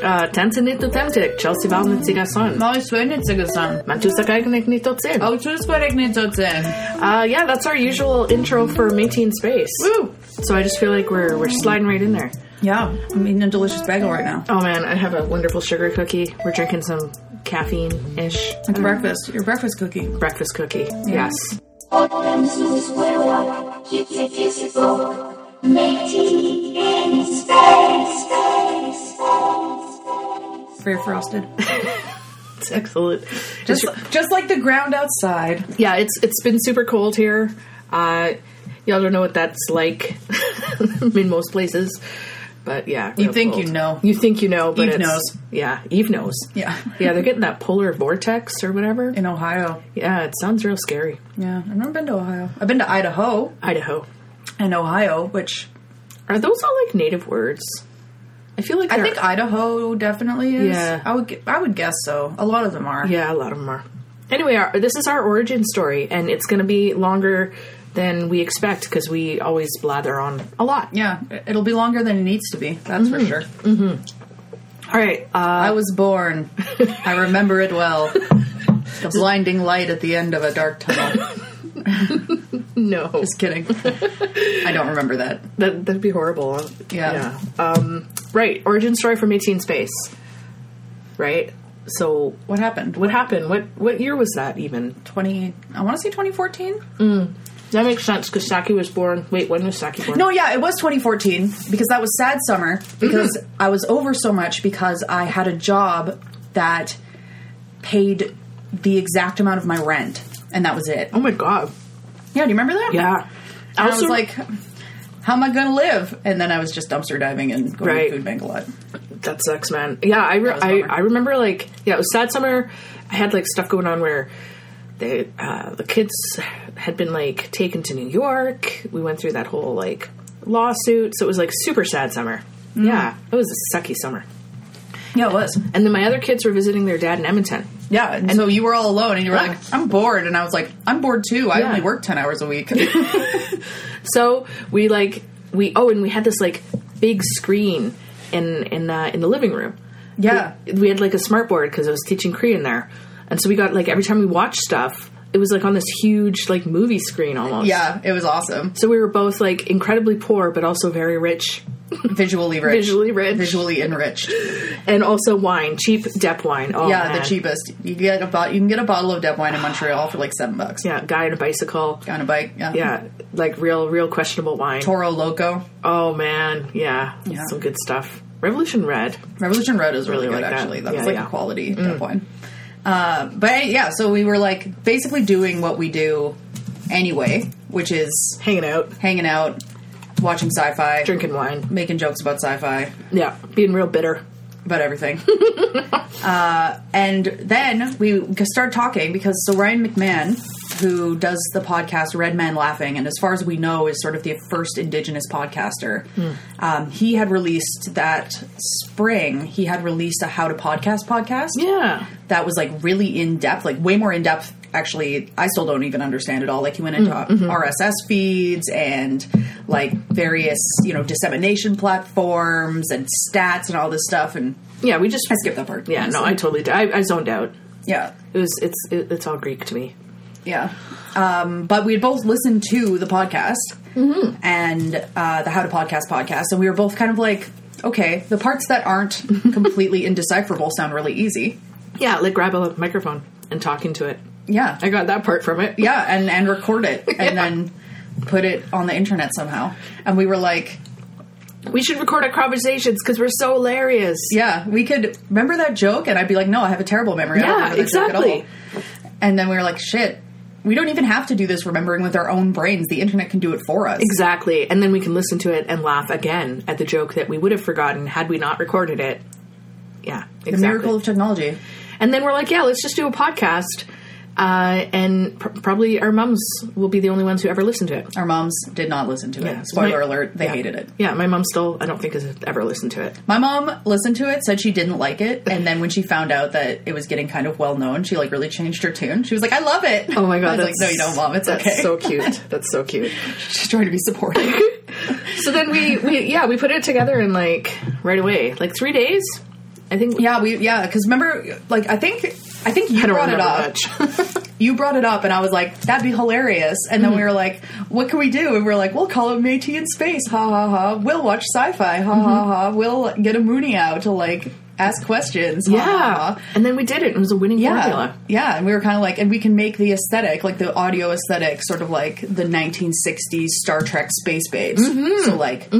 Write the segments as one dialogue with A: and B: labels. A: Äh, Tänze nicht und Tänze, Chelsea war nicht sogar sein.
B: No, ich will nicht so gesungen.
A: Man tut sich eigentlich nicht erzählen.
B: Oh, tschüss, wollte ich nicht so erzählen.
A: Uh, yeah, that's our usual intro for Métis in Space.
B: Woo!
A: So I just feel like we're we're sliding right in there.
B: Yeah, I'm eating a delicious bagel right now.
A: Oh man, I have a wonderful sugar cookie. We're drinking some caffeine ish
B: It's breakfast, your breakfast cookie.
A: breakfast cookie.
B: Yeah.
A: Yes.
C: Audiences will rock, keep your physical, make tea in space, space, space, space.
B: Very frosted.
A: It's excellent.
B: Just, just like the ground outside.
A: yeah, it's it's been super cold here. Uh, y'all don't know what that's like in most places, but yeah,
B: You
A: real
B: think you know.
A: You think you know, but
B: Eve
A: it's-
B: knows.
A: Yeah, Eve knows.
B: Yeah.
A: yeah, they're getting that polar vortex or whatever.
B: In Ohio.
A: Yeah, it sounds real scary.
B: Yeah, I've never been to Ohio. I've been to Idaho
A: Idaho.
B: and Ohio, which
A: Are those all like native words? I feel like
B: I
A: they're-
B: think Idaho definitely is.
A: Yeah.
B: I would, gu- I would guess so. A lot of them are.
A: yeah, a lot of them are. Anyway, our, this is our origin story, and it's going to be longer than we expect because we always blather on a lot.
B: Yeah, it- it'll be longer than it needs to be. That's for sure.
A: All right. Uh,
B: I was born. I remember it well. The blinding light at the end of a dark tunnel.
A: no,
B: Just kidding. I don't remember that.
A: that that'd be horrible.
B: Yeah.
A: Um, right. Origin story from 18 Space. Right. So
B: What happened?
A: what happened? What what year was that even?
B: 20 I want to say 2014?
A: That makes sense because Saki was born. Wait, when was Saki born?
B: No, yeah, it was 2014 because that was sad summer because
A: Mm-hmm.
B: I was over so much because I had a job that paid the exact amount of my rent and that was it.
A: Oh my god.
B: Yeah, do you remember that?
A: Yeah.
B: And I was like how am I going to live? And then I was just dumpster diving and going
A: Right.
B: to food bank a lot.
A: That sucks, man. Yeah, I, re-
B: was a
A: I
B: bummer.
A: I remember like yeah, it was sad summer. I had like stuff going on where they uh, the kids had been like taken to New York. We went through that whole like lawsuit, so it was like super sad summer. Yeah, it was a sucky summer.
B: Yeah, it was.
A: And then my other kids were visiting their dad in Edmonton.
B: Yeah, and, so you were all alone and you were
A: Yeah.
B: like, I'm bored. And I was like, I'm bored too. I
A: Yeah.
B: only work 10 hours a week.
A: So we like we oh, and we had this like big screen in in uh, in the living room.
B: yeah.
A: we had like a smart board because I was teaching Korean there, and so we got like every time we watched stuff, it was like on this huge like movie screen almost.
B: Yeah, it was awesome.
A: So we were both like incredibly poor, but also very rich,
B: Visually rich.
A: Visually rich.
B: Visually enriched.
A: and also wine, cheap Dep wine. Oh,
B: yeah,
A: man.
B: the cheapest. You get a bo- you can get a bottle of dead wine in Montreal for like seven bucks.
A: Yeah, guy on a bicycle.
B: On a bike. Yeah.
A: Yeah, like real, real questionable wine.
B: Toro Loco.
A: Oh man, yeah,
B: Yeah.
A: some good stuff. Revolution Red.
B: Revolution Red is really,
A: Really
B: good
A: like that.
B: actually. That
A: Yeah,
B: was like
A: yeah. Mm.
B: a quality dead wine. Uh, but yeah, so we were like basically doing what we do anyway, which is
A: hanging out,
B: hanging out, watching sci-fi,
A: drinking wine.
B: making jokes about sci-fi.
A: Yeah, being real bitter.
B: about everything. uh, and then we start talking because so Ryan McMahon, who does the podcast Red Man Laughing, and as far as we know, is sort of the first Indigenous podcaster. Um, he had released that spring. He had released a How to Podcast podcast
A: Yeah,
B: that was like really in depth, like way more in depth. Actually, I still don't even understand it all. Like he went into RSS feeds and like various you know dissemination platforms and stats and all this stuff. And
A: yeah. We just
B: I skipped that part.
A: Yeah, no,
B: honestly.
A: I totally. did. I, I zoned out.
B: yeah,
A: It was. It's. It, it's all Greek to me.
B: yeah. Um, but we had both listened to the podcast
A: Mm-hmm.
B: and uh, the How to Podcast podcast, and we were both kind of like, okay, the parts that aren't completely indecipherable sound really easy.
A: Yeah, like grab a microphone and talk into it.
B: Yeah,
A: I got that part from it.
B: yeah, and and record it and then put it on the internet somehow. And we were like,
A: We should record our conversations because we're so hilarious.
B: Yeah, we could remember that joke, and I'd be like, "No, I have a terrible memory. I don't
A: Yeah,
B: remember that
A: exactly.
B: joke at all." And then we were like, "Shit, we don't even have to do this remembering with our own brains. The internet can do it for us."
A: Exactly. And then we can listen to it and laugh again at the joke that we would have forgotten had we not recorded it. Yeah, exactly.
B: The miracle of technology.
A: And then we're like, yeah, let's just do a podcast. Uh, and pr- probably our mums will be the only ones who ever listen to it.
B: Our moms did not listen to it.
A: Yeah.
B: Spoiler
A: My-
B: alert: they
A: yeah.
B: hated it.
A: Yeah, my mom still, I don't think, has ever listened to it.
B: My mom listened to it, said she didn't like it, and then when she found out that it was getting kind of well known, she like really changed her tune. She was like, "I love it."
A: Oh my
B: I
A: god!
B: was like,
A: that's-
B: "No, you don't, mom. It's
A: that's
B: okay."
A: so cute. That's so cute.
B: She's trying to be supportive.
A: So then we, we, yeah, we put it together in like right away, like three days. I think.
B: yeah, we yeah, because remember, like I think I think you
A: I don't
B: brought it
A: remember
B: up.
A: much.
B: you brought it up, and I was like, "That'd be hilarious." And
A: Hmm.
B: then we were like, "What can we do?" And we are like, "We'll call it Métis in space." Ha ha ha. We'll watch sci-fi. Ha ha
A: Mm-hmm.
B: ha. We'll get a Mooney out to like ask questions. Ha, ha,
A: yeah,
B: ha.
A: and then we did it. It was a winning
B: Yeah,
A: formula.
B: yeah, and we were kind of like, and we can make the aesthetic, like the audio aesthetic, sort of like the 1960s Star Trek space babes.
A: Mm-hmm.
B: So like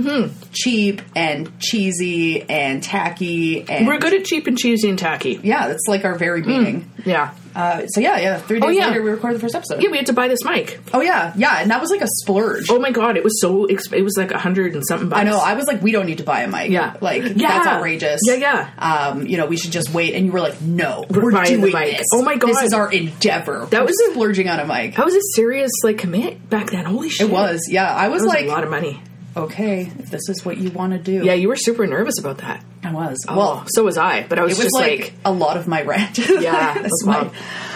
B: cheap and cheesy and tacky, and
A: We're good at cheap and cheesy and tacky.
B: yeah, that's like our very being.
A: Yeah.
B: Uh, so yeah, yeah. Three days
A: Oh, yeah.
B: later, we recorded the first episode.
A: Yeah, we had to buy this mic.
B: Oh yeah, yeah, and that was like a splurge.
A: Oh my god, it was so exp- it was like a hundred and something bucks.
B: I know. I was like, we don't need to buy a mic.
A: Yeah.
B: like
A: Yeah.
B: that's outrageous.
A: Yeah, yeah.
B: Um, you know, we should just wait. And you were like, no, we're,
A: We're buying
B: doing
A: the mic.
B: this.
A: Oh my
B: this
A: God.
B: is our endeavor.
A: That
B: We're
A: was a-
B: splurging on a mic.
A: that was a serious like commit back then. Holy shit,
B: It was. Yeah, I was,
A: That was
B: like,
A: a lot of money.
B: okay, if this is what you want to do.
A: Yeah, you were super nervous about that.
B: I was.
A: Well,
B: well,
A: so was I, but I was,
B: it was
A: just
B: like,
A: like,
B: a lot of my rent.
A: yeah, it
B: This
A: was,
B: mic.
A: wild.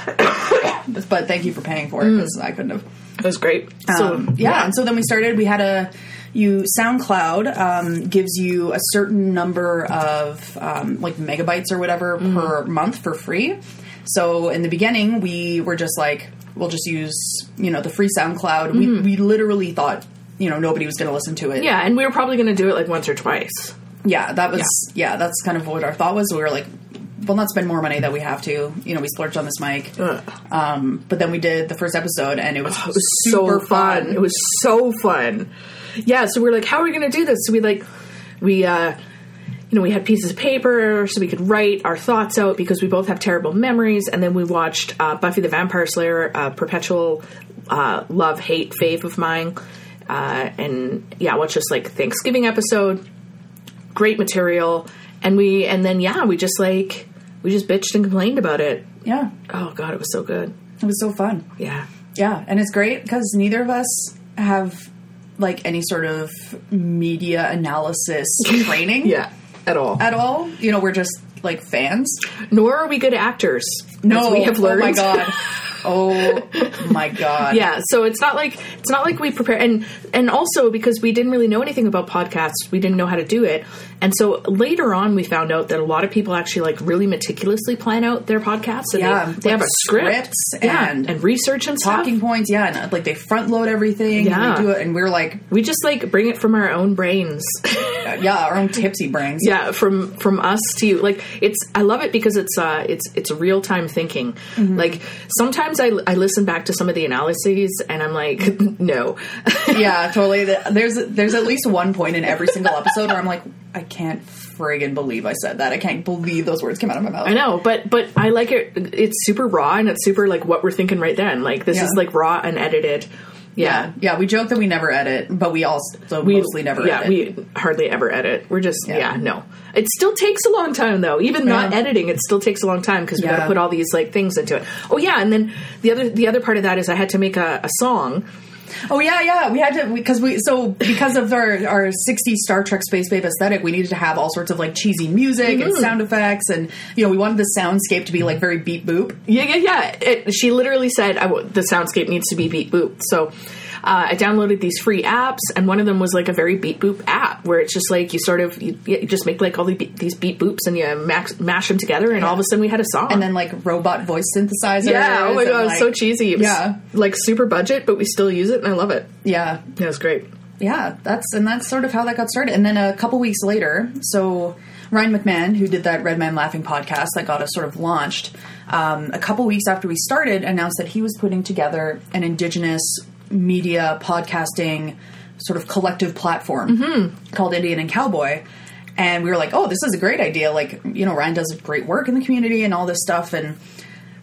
A: Mm.
B: but thank you for paying for it because I couldn't have.
A: It was great. So
B: Um, yeah. and so then we started. We had a you SoundCloud um, gives you a certain number of um, like megabytes or whatever
A: Mm-hmm.
B: per month for free. So in the beginning, we were just like, we'll just use you know the free SoundCloud. We
A: Mm-hmm.
B: we literally thought you know nobody was going to listen to it.
A: yeah, and we were probably going to do it like once or twice.
B: yeah, that was yeah. that's kind of what our thought was. We were like. We'll not spend more money than we have to. You know, we splurged on this mic, um, but then we did the first episode, and it was,
A: Oh, It was
B: super
A: so fun. It was so fun. Yeah, so we were like, how are we going to do this? So we like, we, uh, you know, we had pieces of paper so we could write our thoughts out because we both have terrible memories. And then we watched uh, Buffy the Vampire Slayer, a perpetual uh, love hate fave of mine. Uh, and yeah, watched this like Thanksgiving episode. Great material. And we, and then yeah, we just like, we just bitched and complained about it.
B: yeah,
A: Oh God, it was so good.
B: it was so fun.
A: Yeah.
B: Yeah, and it's great because neither of us have like any sort of media analysis training
A: Yeah. At all.
B: at all. You know, we're just like fans.
A: nor are we good actors. as
B: No,
A: we have learned.
B: Oh my god. Oh my god.
A: Yeah, so it's not like it's not like we prepare and and also because we didn't really know anything about podcasts, we didn't know how to do it. And so later on we found out that a lot of people actually like really meticulously plan out their podcasts and
B: Yeah,
A: they, they
B: like
A: have a script
B: scripts
A: Yeah,
B: and
A: and research and stuff.
B: Talking points, yeah, and uh, like they front load everything.
A: Yeah.
B: and they do it, and we're like,
A: We just like bring it from our own brains.
B: yeah, our own tipsy brains.
A: yeah from from us to you like it's i love it because it's uh it's it's real time thinking
B: Mm-hmm.
A: like sometimes I, I listen back to some of the analyses and i'm like no
B: yeah, totally. Th- There's there's at least one point in every single episode where I'm like, I can't friggin' believe I said that. I can't believe those words came out of my mouth.
A: i know but but i like it it's super raw and it's super like what we're thinking right then like this
B: Yeah.
A: is like raw and edited yeah,
B: Yeah, yeah. We joke that we never edit, but we also mostly never
A: yeah
B: edit.
A: we hardly ever edit we're just yeah.
B: Yeah.
A: no it still takes a long time though even not
B: Yeah.
A: editing it still takes a long time because we got
B: Yeah.
A: to put all these like things into it oh yeah and then the other the other part of that is i had to make a, a song
B: oh yeah, yeah. We had to because we so because of our our '60s Star Trek space babe aesthetic, we needed to have all sorts of like cheesy music and
A: Mm-hmm.
B: sound effects, and you know we wanted the soundscape to be like very beep boop.
A: Yeah, yeah, yeah. It, she literally said, I w- the soundscape needs to be beat boop. So uh, I downloaded these free apps, and one of them was like a very beat boop app where it's just like you sort of, you, you just make like all the beat, these beat boops and you max, mash them together, and all of a sudden we had a song.
B: And then like robot voice synthesizers.
A: yeah, oh my
B: and,
A: god, it was
B: like-
A: so cheesy. It was
B: yeah.
A: like super budget, but we still use it, and I love it.
B: Yeah,
A: Yeah, it's great.
B: yeah. That's and that's sort of how that got started. And then a couple weeks later, so Ryan McMahon, who did that Red Man Laughing podcast that got us sort of launched, um, a couple weeks after we started, announced that he was putting together an Indigenous media podcasting sort of collective platform called Indian and Cowboy. And we were like, oh, this is a great idea. Like, you know, Ryan does great work in the community and all this stuff. And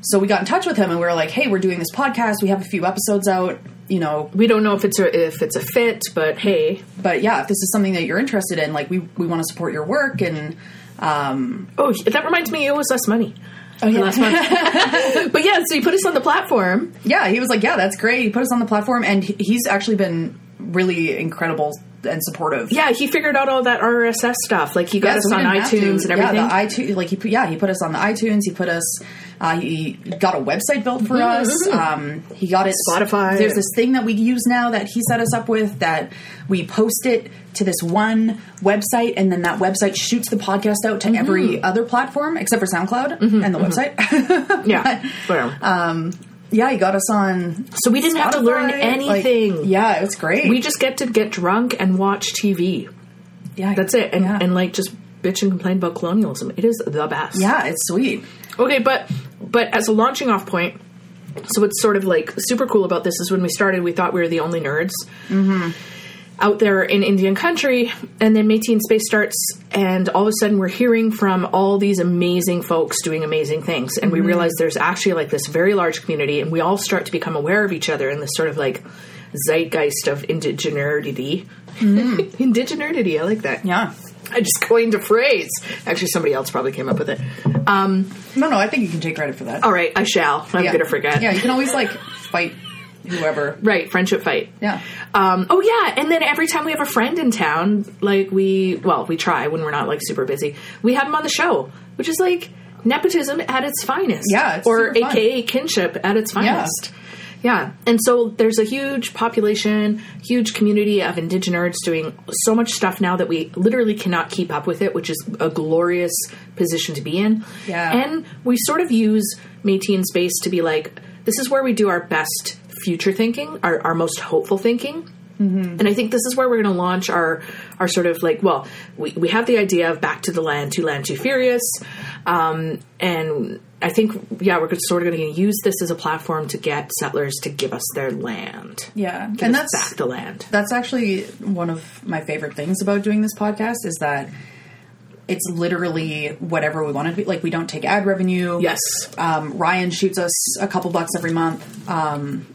B: so we got in touch with him and we were like, hey, we're doing this podcast. We have a few episodes out, you know,
A: We don't know if it's a if it's a fit, but hey,
B: but yeah, if this is something that you're interested in, like, we, we want to support your work. And
A: oh, that reminds me, you owe us less money.
B: oh, yeah.
A: Last month. but yeah, so you put us on the platform.
B: yeah, he was like, yeah, that's great. He put us on the platform, and he- he's actually been really incredible and supportive.
A: Yeah, he figured out all that RSS stuff. Like he got
B: Yeah,
A: us
B: so we
A: on
B: didn't
A: iTunes
B: have to-
A: and everything.
B: Yeah, the iTunes, like he, put, yeah, he put us on the iTunes. He put us. Uh, he got a website built for us. Um, he got it.
A: Spotify.
B: There's this thing that we use now that he set us up with that we post it to this one website, and then that website shoots the podcast out to
A: Mm-hmm.
B: every other platform except for SoundCloud and the website.
A: yeah, whatever.
B: Um, yeah, he got us on.
A: so we didn't have to learn
B: Spotify, like,
A: anything.
B: yeah, it was great.
A: we just get to get drunk and watch TV.
B: yeah,
A: That's it, and,
B: yeah.
A: and like just bitch and complain about colonialism. It is the best.
B: yeah, it's sweet.
A: Okay, but but as a launching off point, so what's sort of like super cool about this is when we started, we thought we were the only nerds out there in Indian country, and then Métis in Space starts, and all of a sudden we're hearing from all these amazing folks doing amazing things, and we realize there's actually like this very large community, and we all start to become aware of each other in this sort of like zeitgeist of indigenerity. indigenerity, I like that.
B: Yeah.
A: I just coined a phrase. Actually, somebody else probably came up with it. Um,
B: No, no, I think you can take credit for that.
A: all right, I shall. I'm
B: yeah.
A: gonna forget.
B: Yeah, you can always like fight whoever.
A: Right, friendship fight.
B: Yeah.
A: Um, oh yeah, and then every time we have a friend in town, like we, well, we try when we're not like super busy. We have them on the show, which is like nepotism at its finest.
B: Yeah, it's
A: or
B: super fun.
A: AKA kinship at its finest. Yeah. and so there's a huge population, huge community of indigenous doing so much stuff now that we literally cannot keep up with it, which is a glorious position to be in.
B: Yeah.
A: And we sort of use Métis in space to be like, this is where we do our best future thinking, our, our most hopeful thinking. And I think this is where we're going to launch our our sort of like, well, we, we have the idea of back to the land, to land, too furious. Um, and I think, yeah, we're sort of going to use this as a platform to get settlers to give us their land.
B: Yeah.
A: Give
B: and
A: us
B: that's
A: back the land.
B: that's actually one of my favorite things about doing this podcast is that it's literally whatever we want it to be. Like we don't take ad revenue.
A: Yes.
B: Um, Ryan shoots us a couple bucks every month. Um,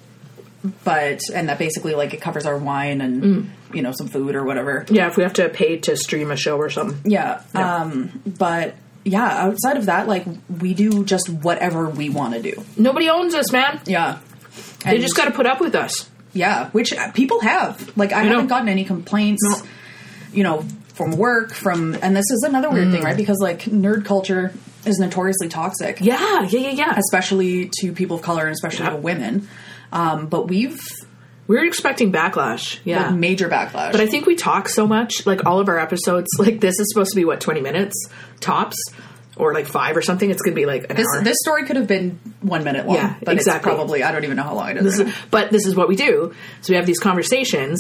B: but and that basically like it covers our wine and
A: Mm.
B: you know some food or whatever.
A: Yeah, if we have to pay to stream a show or something.
B: Yeah. Um, but yeah, outside of that, like we do just whatever we want to do.
A: Nobody owns us, man.
B: Yeah.
A: They just got to put up with us.
B: Yeah, which uh, people have. Like I,
A: know.
B: haven't gotten any complaints.
A: No.
B: You know, from work, from and this is another weird
A: Mm.
B: thing, right? Because like nerd culture is notoriously toxic,
A: Yeah, yeah, yeah, yeah.
B: especially to people of color and especially
A: Yeah.
B: to women. Um, but we've
A: We were expecting backlash. Yeah.
B: like major backlash.
A: But I think we talk so much, like all of our episodes, like this is supposed to be what twenty minutes tops, or like five or something. It's gonna be like an
B: this
A: hour.
B: this story could have been one minute long,
A: Yeah,
B: but
A: exactly.
B: it's probably I don't even know how long it is.
A: This is- but this is what we do. So we have these conversations,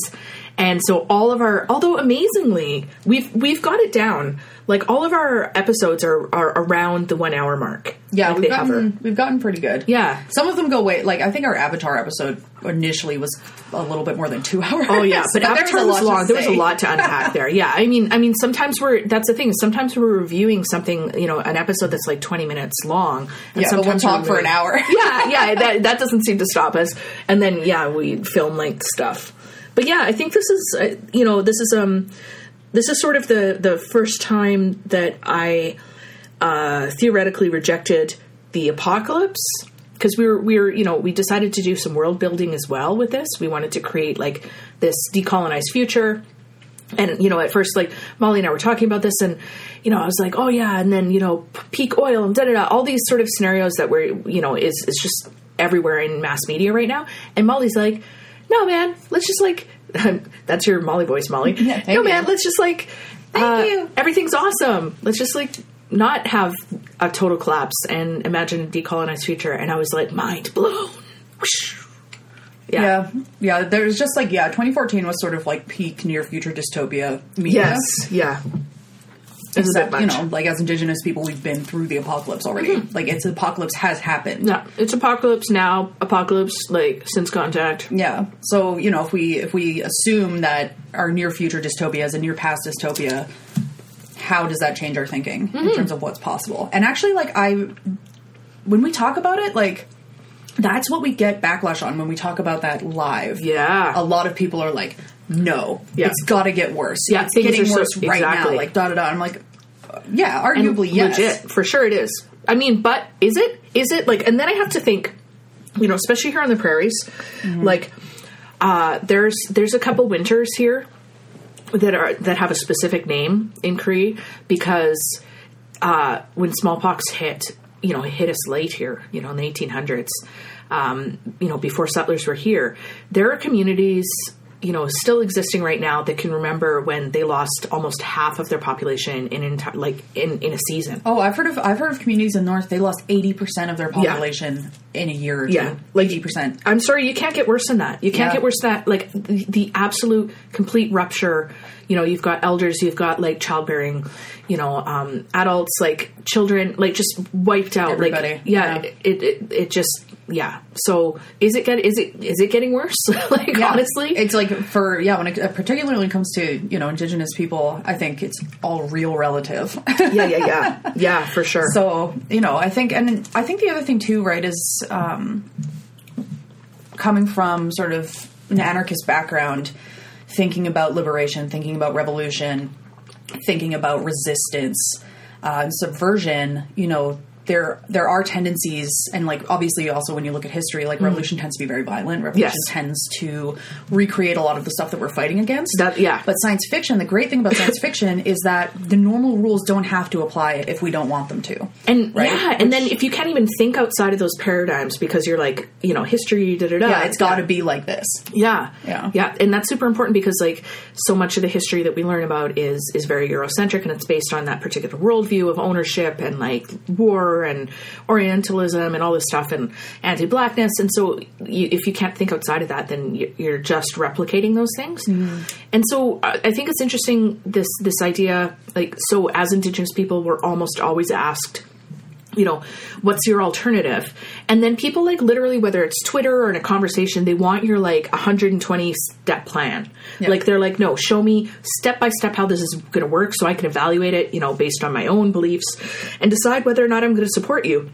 A: and so all of our, although amazingly, we've we've got it down. Like all of our episodes are are around the one hour mark.
B: yeah,
A: like
B: we've gotten we've gotten pretty good.
A: Yeah.
B: some of them go way. Like I think our Avatar episode initially was a little bit more than two hours.
A: Oh yeah, but,
B: there
A: Avatar
B: a
A: was,
B: lot to
A: long. There was a
B: say.
A: lot to unpack there. Yeah, I mean, I mean, sometimes we're that's the thing. Sometimes we're reviewing something, you know, an episode that's like twenty minutes long. And
B: Yeah, but we'll
A: sometimes we're
B: talk for an
A: really-
B: hour.
A: yeah, yeah, that that doesn't seem to stop us. And then yeah, we film like stuff. But yeah, I think this is uh, you know this is um this is sort of the the first time that I uh, theoretically rejected the apocalypse because we were we were you know we decided to do some world building as well with this. We wanted to create like this decolonized future and you know at first like molly and i were talking about this and you know i was like oh yeah and then you know p- peak oil and da da da all these sort of scenarios that were you know is is just everywhere in mass media right now and molly's like no man let's just like that's your molly voice molly
B: thank
A: no man
B: you.
A: let's just like uh,
B: you.
A: everything's awesome let's just like not have a total collapse and imagine a decolonized future and i was like mind blown Whoosh.
B: Yeah, yeah. There's just like yeah, 2014 was sort of like peak near future dystopia. Media.
A: yes yeah It's a bit
B: Except, you
A: much. Mm-hmm.
B: know, like as indigenous people, we've been through the apocalypse already. Like it's apocalypse has happened.
A: Yeah, it's apocalypse now. Apocalypse like since contact.
B: Yeah. So you know, if we if we assume that our near future dystopia is a near past dystopia, how does that change our thinking
A: Mm-hmm.
B: in terms of what's possible? And actually, like I, when we talk about it, like that's what we get backlash on when we talk about that live.
A: Yeah.
B: A lot of people are like, no,
A: Yeah.
B: it's got to get worse.
A: Yeah,
B: it's
A: things
B: getting
A: are so-
B: worse right
A: exactly.
B: now. Like da da da. I'm like, uh, yeah,
A: And
B: arguably yes.
A: legit for sure it is. I mean, but is it? Is it like? And then I have to think. You know, especially here on the prairies, like uh, there's there's a couple winters here that are that have a specific name in Cree because uh, when smallpox hit, you know, it hit us late here, you know, in the 1800s, um, you know, before settlers were here. There are communities, you know, still existing right now that can remember when they lost almost half of their population in entire, like in, in a season.
B: Oh, I've heard of I've heard of communities in the north. They lost eighty percent of their population in a year or two.
A: Yeah, like-
B: eighty percent.
A: I'm sorry, you can't get worse than that. You can't
B: Yeah.
A: get worse than that. Like the, the absolute complete rupture. You know, you've got elders, you've got like childbearing, you know, um, adults, like children, like just wiped out.
B: Everybody.
A: Like, yeah,
B: Yeah.
A: It, it it just yeah. So is it get is it is it getting worse? like honestly,
B: it's like for yeah, when it, particularly when it comes to you know indigenous people, I think it's all real relative.
A: yeah, yeah, yeah, yeah, for sure.
B: so you know, I think and I think the other thing too, right, is um, coming from sort of an anarchist background, thinking about liberation, thinking about revolution, thinking about resistance uh, and subversion, you know, there there are tendencies, and like obviously also when you look at history, like revolution tends to be very violent. Revolution
A: Mm-hmm. Yes.
B: tends to recreate a lot of the stuff that we're fighting against.
A: That- yeah.
B: But science fiction, the great thing about science fiction is that the normal rules don't have to apply if we don't want them to.
A: and
B: right?
A: yeah, and then if you can't even think outside of those paradigms because you're like, you know, history, da da da.
B: yeah, it's got to be like this.
A: Yeah.
B: Yeah.
A: Yeah. And that's super important because like so much of the history that we learn about is is very Eurocentric and it's based on that particular worldview of ownership and like war and Orientalism and all this stuff and anti blackness. And so you, if you can't think outside of that, then you- you're just replicating those things. And so I I think it's interesting this this idea like so as Indigenous people we're almost always asked you know, what's your alternative? And then people like literally, whether it's Twitter or in a conversation, they want your like 120 step plan.
B: Yeah.
A: Like they're like, no, show me step by step how this is going to work so I can evaluate it, you know, based on my own beliefs and decide whether or not I'm going to support you.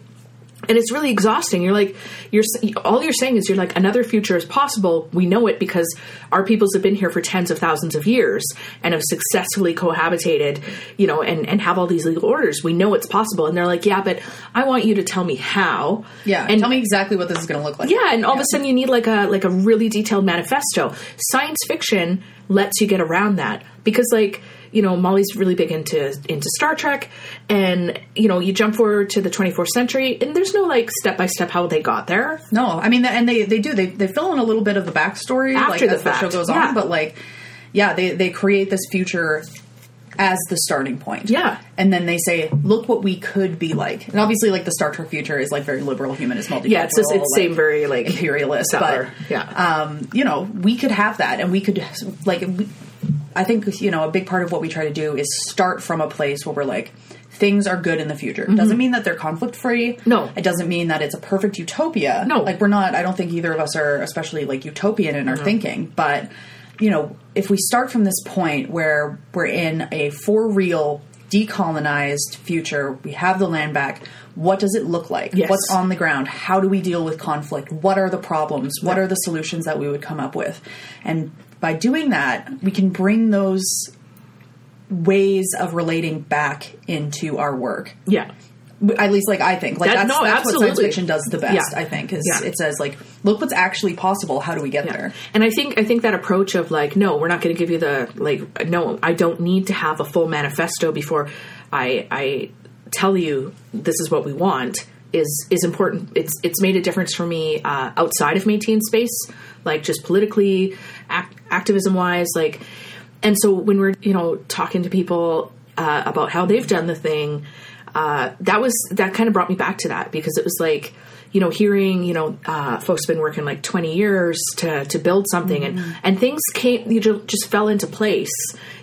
A: And it's really exhausting. You're like, you're s- all you're saying is you're like another future is possible. We know it because our peoples have been here for tens of thousands of years and have successfully cohabitated, you know, and and have all these legal orders. We know it's possible. And they're like, yeah, but I want you to tell me how.
B: Yeah,
A: and
B: tell me exactly what this is going to look like.
A: yeah, and all of a sudden you need like a like a really detailed manifesto. Science fiction lets you get around that because like you know Molly's really big into into Star Trek, and you know you jump forward to the 24th century, and there's no like step by step how they got there.
B: No, I mean, and they they do they they fill in a little bit of the backstory like,
A: After the
B: as the show
A: fact,
B: goes
A: yeah.
B: on, but like, yeah, they they create this future as the starting point.
A: Yeah.
B: and then they say, look what we could be like, and obviously, like the Star Trek future is like very liberal, humanist, multicultural.
A: Yeah, it's just, it's
B: like,
A: same very like
B: imperialist,
A: settler.
B: but
A: yeah.
B: um, you know, we could have that, and we could like, we, I think you know, a big part of what we try to do is start from a place where we're like, things are good in the future. It Doesn't mean that they're conflict free.
A: Mm-hmm. No.
B: it doesn't mean that it's a perfect utopia.
A: No.
B: like we're not. I don't think either of us are especially like utopian in our thinking, but you know, if we start from this point where we're in a for real decolonized future, we have the land back. What does it look like?
A: Yes.
B: What's on the ground? How do we deal with conflict? What are the problems? What are the solutions that we would come up with? And by doing that, we can bring those ways of relating back into our work.
A: yeah.
B: W- At least, like I think, like
A: That-
B: that's,
A: no,
B: that's what science
A: absolutely.
B: fiction does the best.
A: Yeah.
B: I think is
A: Yeah.
B: it says like, look what's actually possible. How do we get there?
A: And I think I think that approach of like, no, we're not going to give you the like, no, I don't need to have a full manifesto before I I tell you this is what we want is is important. It's it's made a difference for me uh, outside of Métis space, like just politically, act, activism wise, like. And so when we're you know talking to people uh, about how they've done the thing, uh, that was that kind of brought me back to that because it was like you know hearing you know uh, folks been working like 20 years to to build something and and things came you ju- just fell into place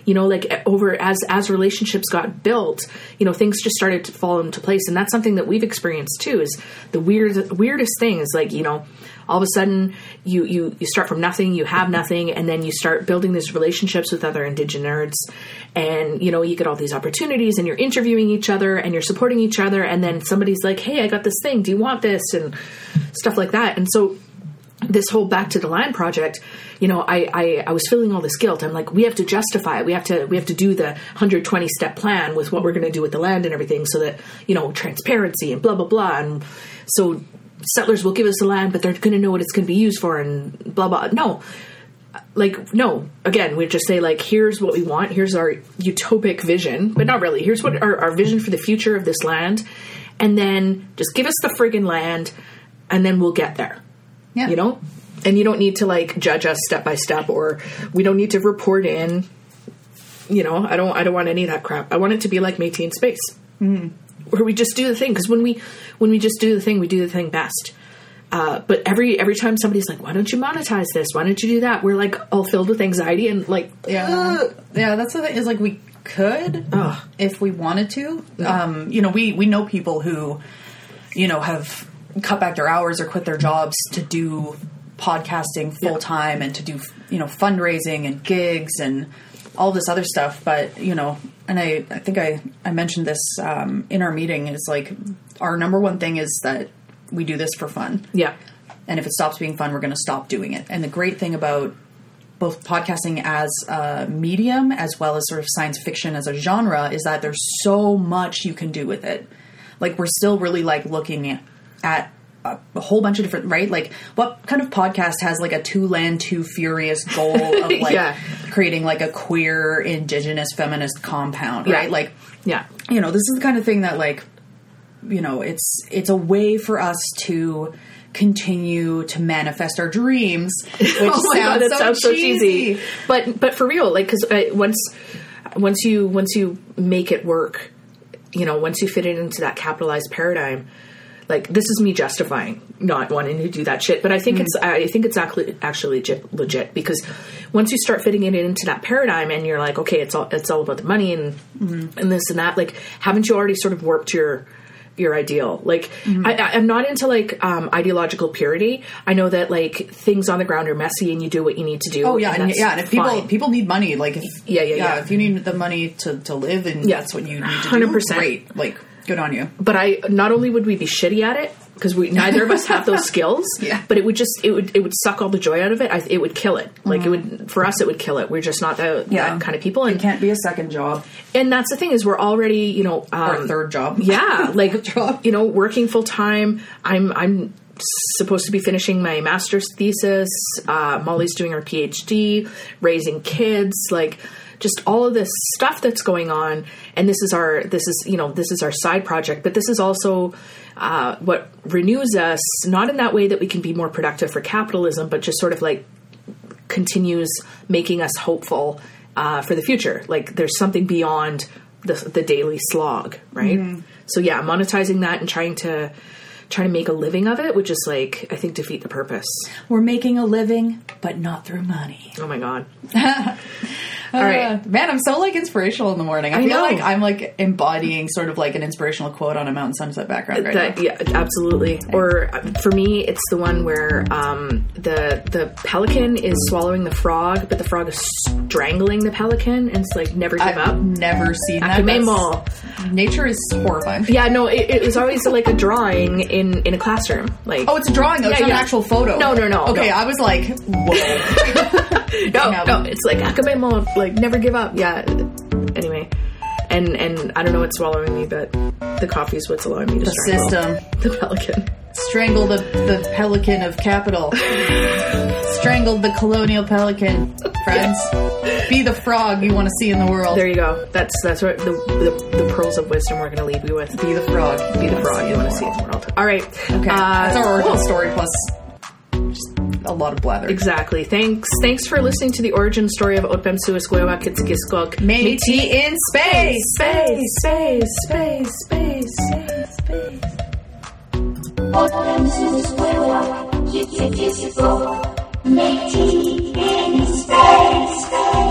A: you know like over as as relationships got built you know things just started to fall into place and that's something that we've experienced too is the weird weirdest thing is like you know all of a sudden you you you start from nothing you have nothing and then you start building these relationships with other indigenous nerds and you know you get all these opportunities and you're interviewing each other and you're supporting each other and then somebody's like hey i got this thing do you want this and stuff like that and so this whole back to the line project you know I, I i was feeling all this guilt i'm like we have to justify it we have to we have to do the 120 step plan with what we're going to do with the land and everything so that you know transparency and blah blah blah and so settlers will give us the land but they're going to know what it's going to be used for and blah blah no like no again we just say like here's what we want here's our utopic vision but not really here's what our, our vision for the future of this land and then just give us the friggin land and then we'll get there
B: Yeah.
A: you know and you don't need to like judge us step by step or we don't need to report in you know i don't i don't want any of that crap i want it to be like metis in space
B: Mm-hmm.
A: where we just do the thing because when we when we just do the thing we do the thing best uh, but every every time somebody's like why don't you monetize this why don't you do that we're like all filled with anxiety and like
B: Yeah, yeah. That's the thing is like we could
A: Ugh.
B: if we wanted to. Um, you know, we we know people who, you know, have cut back their hours or quit their jobs to do podcasting full time and to do you know fundraising and gigs and all this other stuff. But you know, and I I think I I mentioned this um, in our meeting is like our number one thing is that we do this for fun.
A: yeah
B: And if it stops being fun, we're going to stop doing it. And the great thing about both podcasting as a medium as well as sort of science fiction as a genre is that there's so much you can do with it. Like we're still really like looking at a, a whole bunch of different right like what kind of podcast has like a two land two furious goal of like
A: Yeah.
B: creating like a queer indigenous feminist compound
A: Yeah.
B: right like
A: yeah
B: you know this is the kind of thing that like you know it's it's a way for us to continue to manifest our dreams which
A: Oh
B: sounds, so, cheesy.
A: But but for real, like because once once you once you make it work, you know, once you fit it into that capitalized paradigm, like this is me justifying not wanting to do that shit. But I
B: Mm-hmm.
A: think it's I think it's actually actually legit, legit because once you start fitting it into that paradigm, and you're like, okay, it's all it's all about the money and
B: Mm-hmm.
A: and this and that. Like, haven't you already sort of warped your your ideal. Like
B: Mm-hmm.
A: I, I- I'm not into like um, ideological purity. I know that like things on the ground are messy, and you do what you need to do.
B: oh yeah and,
A: that's
B: yeah and if people
A: fine.
B: people need money like if,
A: Yeah, yeah, yeah.
B: if you need the money to to live and
A: Yeah.
B: that's what you need to do
A: 100%.
B: great like good on you
A: but I not only would we be shitty at it because we neither of us have those skills,
B: Yeah.
A: but it would just it would it would suck all the joy out of it. I, it would kill it. Like it would for us, it would kill it. We're just not that,
B: Mm-hmm. Yeah.
A: that kind of people, and
B: can't be a second job
A: and that's the thing is we're already you know um,
B: or a third job
A: yeah like
B: job.
A: you know working full time i'm i'm supposed to be finishing my master's thesis uh, molly's doing her phd raising kids like just all of this stuff that's going on and this is our this is you know this is our side project but this is also uh, what renews us not in that way that we can be more productive for capitalism but just sort of like continues making us hopeful uh, for the future. Like there's something beyond the, the daily slog, right? So yeah, monetizing that and trying to trying to make a living of it, which is like I think defeat the purpose.
B: we're making a living but not through money
A: Oh my god,
B: All
A: right.
B: man. I'm so like inspirational in the morning. I,
A: I
B: feel
A: know.
B: like I'm like embodying sort of like an inspirational quote on a mountain sunset background right
A: that
B: now.
A: yeah, absolutely. Or uh, for me, it's the one where um, the the pelican is swallowing the frog, but the frog is strangling the pelican, and it's like never give
B: I've
A: up.
B: never seen that.
A: Acme
B: That's-
A: mall.
B: Nature is horrifying.
A: Yeah, no, it, it was always like a drawing in in a classroom. Like
B: Oh, it's a drawing though. it's
A: Yeah,
B: not
A: yeah.
B: an actual photo.
A: No, no, no,
B: Okay,
A: no.
B: I was like, whoa.
A: no,
B: Yeah.
A: no. It's like Akamemo, like never give up. Yeah. Anyway, and and I don't know what's swallowing me, but the coffee is what's allowing me to the
B: System
A: the pelican.
B: strangle the the pelican of capital. Strangled the colonial pelican, friends. Be the frog you want to see in the world.
A: There you go. That's that's what the, the the pearls of wisdom we're gonna leave you with.
B: Be the frog.
A: Be the frog you want to see in the world. All right.
B: Okay,
A: Uh,
B: that's our origin
A: cool.
B: story plus just a lot of blather.
A: Exactly. Thanks. Thanks for listening to the origin story of Otpem Suisquewa Kitsikiskok.
B: Métis in space.
A: Space, space, space, space, space, space.
C: Welcome to the square rock. Get your physical. Make tea in space, space.